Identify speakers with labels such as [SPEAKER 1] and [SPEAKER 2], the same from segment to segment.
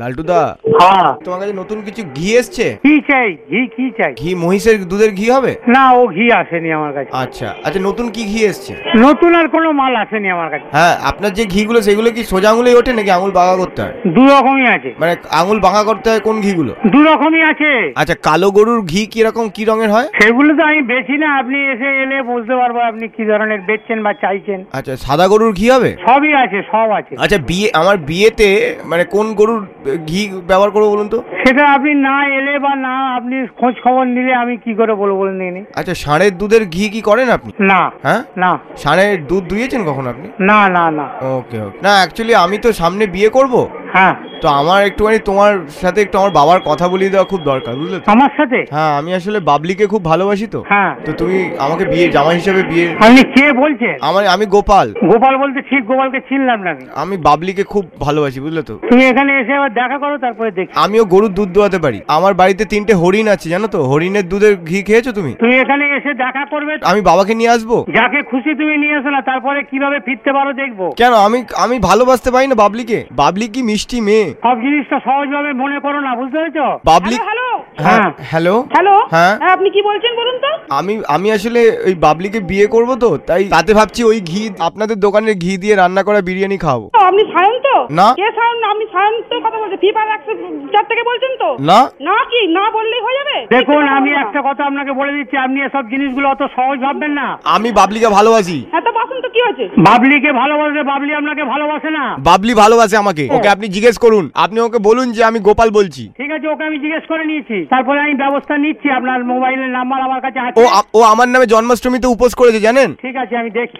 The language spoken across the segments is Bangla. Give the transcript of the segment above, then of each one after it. [SPEAKER 1] লালটুদা
[SPEAKER 2] হ্যাঁ
[SPEAKER 1] তোমার কাছে নতুন কিছু ঘি এসছে
[SPEAKER 2] কি চাই ঘি কি চাই
[SPEAKER 1] ঘি মহিষের দুধের ঘি হবে
[SPEAKER 2] না ও ঘি আসেনি আমার কাছে
[SPEAKER 1] আচ্ছা আচ্ছা নতুন কি ঘি এসছে
[SPEAKER 2] নতুন আর কোনো মাল আসেনি আমার কাছে
[SPEAKER 1] হ্যাঁ আপনার যে ঘিগুলো সেগুলো কি সোজা আঙুলেই ওঠে নাকি আঙুল বাঁকা করতে হয়
[SPEAKER 2] দু রকমই আছে
[SPEAKER 1] মানে আঙুল বাঁকা করতে হয় কোন ঘিগুলো
[SPEAKER 2] দু রকমই আছে
[SPEAKER 1] আচ্ছা কালো গরুর ঘি কিরকম কি রঙের হয়
[SPEAKER 2] সেগুলো তো আমি বেছি না আপনি এসে এলে বুঝতে পারবো আপনি কি ধরনের বেচছেন বা চাইছেন
[SPEAKER 1] আচ্ছা সাদা গরুর ঘি হবে
[SPEAKER 2] সবই আছে সব আছে
[SPEAKER 1] আচ্ছা বিয়ে আমার বিয়েতে মানে কোন গরুর আহ, ঘি ব্যবহার করবো বলুন তো
[SPEAKER 2] সেটা আপনি না এলে বা না আপনি খোঁজ খবর নিলে আমি কি করে বলবো বলে নিয়ে
[SPEAKER 1] আচ্ছা ষাঁড়ের দুধের ঘি কি করেন আপনি
[SPEAKER 2] না
[SPEAKER 1] হ্যাঁ
[SPEAKER 2] না
[SPEAKER 1] ষাঁড়ের দুধ দুইয়েছেন কখন আপনি
[SPEAKER 2] না না না
[SPEAKER 1] ওকে ওকে না অ্যাকচুয়ালি আমি তো সামনে বিয়ে করব
[SPEAKER 2] হ্যাঁ
[SPEAKER 1] তো আমার একটুখানি তোমার সাথে একটু আমার বাবার কথা বলিয়ে দেওয়া খুব দরকার বুঝলে তো?
[SPEAKER 2] আমার সাথে
[SPEAKER 1] হ্যাঁ আমি আসলে বাবলিকে খুব ভালোবাসি তো
[SPEAKER 2] হ্যাঁ
[SPEAKER 1] তো তুমি আমাকে বিয়ে জামাই হিসেবে বিয়ে
[SPEAKER 2] আপনি কে বলছেন
[SPEAKER 1] আমার আমি গোপাল
[SPEAKER 2] গোপাল বলতে ঠিক গোপালকে চিনলাম না আমি
[SPEAKER 1] আমি বাবলিকে খুব ভালোবাসি বুঝলে তো
[SPEAKER 2] তুমি এখানে এসে আবার দেখা করো তারপরে দেখি
[SPEAKER 1] আমিও গরুর দুধ দোয়াতে পারি আমার বাড়িতে তিনটে হরিণ আছে জানো তো হরিণের দুধের ঘি খেয়েছো তুমি
[SPEAKER 2] তুমি এখানে এসে দেখা করবে
[SPEAKER 1] আমি বাবাকে নিয়ে আসবো
[SPEAKER 2] যাকে খুশি তুমি নিয়ে এসো না তারপরে কিভাবে ফিরতে পারো দেখবো
[SPEAKER 1] কেন আমি আমি ভালোবাসতে পারি না বাবলিকে বাবলি কি মিষ্টি মেয়ে
[SPEAKER 2] সব জিনিসটা সহজভাবে মনে করো না বুঝতে পেরেছো
[SPEAKER 1] বাবলি
[SPEAKER 3] হ্যালো
[SPEAKER 1] হ্যাঁ
[SPEAKER 2] হ্যাঁ।
[SPEAKER 1] হ্যালো
[SPEAKER 3] হ্যালো
[SPEAKER 1] হ্যাঁ
[SPEAKER 3] হ্যাঁ আপনি কি বলছেন বলুন তো
[SPEAKER 1] আমি আমি আসলে ওই বাবলিকে বিয়ে করব তো তাই তাতে ভাবছি ওই ঘি আপনাদের দোকানের ঘি দিয়ে রান্না করা বিরিয়ানি খাবো
[SPEAKER 3] ও, আপনি সায়ন তো
[SPEAKER 1] না।
[SPEAKER 3] কে সায়ন আপনি সায়ন তো কথা বলছেন ফিফার একশো চার থেকে বলছেন তো
[SPEAKER 1] না
[SPEAKER 3] না কি না বললেই হয়ে যাবে
[SPEAKER 2] দেখুন
[SPEAKER 3] মিথ্যে কথা বলবো
[SPEAKER 2] আমি
[SPEAKER 3] না।
[SPEAKER 2] একটা কথা আপনাকে বলে দিচ্ছি আপনি এসব জিনিসগুলো অত সহজ ভাববেন না
[SPEAKER 1] আমি বাবলিকে ভালোবাসি
[SPEAKER 3] এত পছন্দ কি হয়েছে
[SPEAKER 2] বাবলিকে ভালোবাসে বাবলি আপনাকে ভালোবাসে না
[SPEAKER 1] বাবলি ভালোবাসে আমাকে ওকে আপনি জিজ্ঞেস করুন আপনি ওকে বলুন যে আমি গোপাল বলছি
[SPEAKER 2] ঠিক আছে ওকে আমি জিজ্ঞেস করে নিয়েছি তারপরে আমি ব্যবস্থা নিচ্ছি আপনার মোবাইলের নাম্বার আমার কাছে আছে
[SPEAKER 1] ও আ- ও আমার নামে জন্মাষ্টমীতে উপোস করেছে জানেন
[SPEAKER 2] ঠিক আছে আমি দেখছি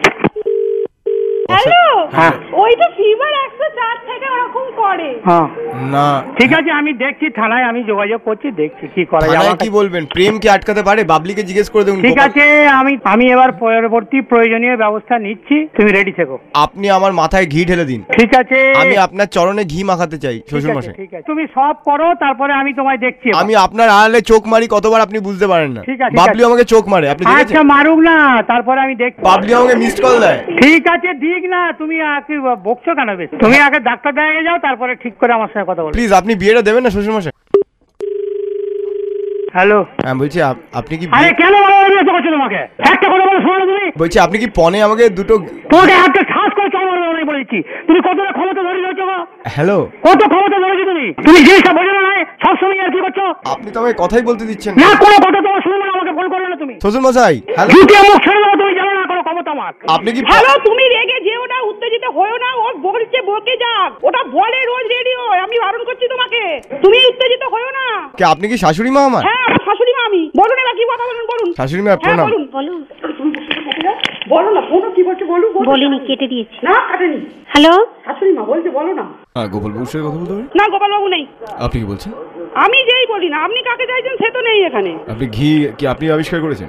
[SPEAKER 3] হ্যালো
[SPEAKER 2] হ্যাঁ।
[SPEAKER 3] ওই তো ফিভার একশো চার থেকে ওরকম করে
[SPEAKER 2] হ্যাঁ
[SPEAKER 1] না
[SPEAKER 2] ঠিক আছে আমি দেখছি থানায় আমি যোগাযোগ করছি দেখছি কি করা যায়
[SPEAKER 1] থানায়
[SPEAKER 2] আমার
[SPEAKER 1] কি বলবেন প্রেম কি আটকাতে পারে বাবলিকে জিজ্ঞেস করে দেখুন
[SPEAKER 2] ঠিক
[SPEAKER 1] গোপাল।
[SPEAKER 2] আছে আমি আমি এবার পরবর্তী প্রয়োজনীয় ব্যবস্থা নিচ্ছি তুমি রেডি থেকো
[SPEAKER 1] আপনি আমার মাথায় ঘি ঢেলে দিন
[SPEAKER 2] ঠিক আছে
[SPEAKER 1] আমি আপনার চরণে ঘি মাখাতে চাই
[SPEAKER 2] ঠিক
[SPEAKER 1] শ্বশুর
[SPEAKER 2] আছে,
[SPEAKER 1] মশাই
[SPEAKER 2] ঠিক আছে তুমি সব করো তারপরে আমি তোমায় দেখছি এবার।
[SPEAKER 1] আমি আপনার আড়ালে চোখ মারি কতবার আপনি বুঝতে পারেন না
[SPEAKER 2] ঠিক আছে, ঠিক
[SPEAKER 1] বাবলি
[SPEAKER 2] আছে।
[SPEAKER 1] আমাকে চোখ মারে আপনি দেখেছেন
[SPEAKER 2] আচ্ছা মারুক না তারপরে আমি দেখছি
[SPEAKER 1] বাবলি আমাকে মিস কল দেয়
[SPEAKER 2] ঠিক আছে ঠিক না তুমি আগে বকছো কেন বেশি তুমি আগে ডাক্তার দেখাকে যাও তারপরে ঠিক করে আমার সঙ্গে কথা বলো
[SPEAKER 1] প্লিজ আপনি বিয়েটা দেবেন না শ্বশুর মশাই
[SPEAKER 2] হ্যালো
[SPEAKER 1] হ্যাঁ বলছি আপ- আপনি কি
[SPEAKER 2] আরে
[SPEAKER 1] বিয়ে-
[SPEAKER 2] কেন মারামারি এত করছো তোমাকে একটা কথা বলে শোনো তুমি
[SPEAKER 1] বলছি আপনি কি পনে আমাকে দুটো
[SPEAKER 2] তোমাকে হাতকে শ্বাস করে চাল মারবো আমি বলেছি তুমি কতটা ক্ষমতা ধরে রয়েছো গো?
[SPEAKER 1] হ্যালো
[SPEAKER 2] কত ক্ষমতা ধরেছো তুমি তুমি জিনিসটা বোঝো না নয়? সবসময় আর কি করছো
[SPEAKER 1] আপনি তো আমাকে কথাই বলতে দিচ্ছেন
[SPEAKER 2] না কোনো কথা তোমার শুনবো না আমাকে ফোন করবে না তুমি
[SPEAKER 1] শ্বশুর মশাই হ্যালো
[SPEAKER 2] দ্বিতীয় মুখ ছেড়ে দেবো তুমি জানো না কোনো ক্ষমতা আমার
[SPEAKER 1] আপনি কি
[SPEAKER 3] হ্যালো তুমি রেগে যেও না উত্তেজিত হয়েও না ও বলছে বকে যাক ওটা বলে রোজ রেডিও আমি বারণ করছি তোমাকে তুমি উত্তেজিত হয়েও না
[SPEAKER 1] কে আপনি কি শাশুড়ি মা আমার
[SPEAKER 3] হ্যাঁ আমার শাশুড়ি মা আমি বলুন এবার কি কথা বলুন বলুন
[SPEAKER 1] শাশুড়ি মা
[SPEAKER 3] হ্যাঁ
[SPEAKER 1] প্রণাম
[SPEAKER 3] বলুন বলুন বলো না বলো কি বলছে বলো বলো।
[SPEAKER 4] বলিনি কেটে দিয়েছি
[SPEAKER 3] না কাটেনি
[SPEAKER 4] হ্যালো
[SPEAKER 3] শাশুড়ি মা বলছে বলো না
[SPEAKER 1] হ্যাঁ গোপাল বাবুর সাথে কথা বলতে পারি
[SPEAKER 3] না গোপালবাবু নেই
[SPEAKER 1] আপনি কি বলছেন
[SPEAKER 3] আমি যেই বলি না আপনি কাকে চাইছেন সে তো নেই এখানে
[SPEAKER 1] আপনি ঘি কি আপনি আবিষ্কার করেছেন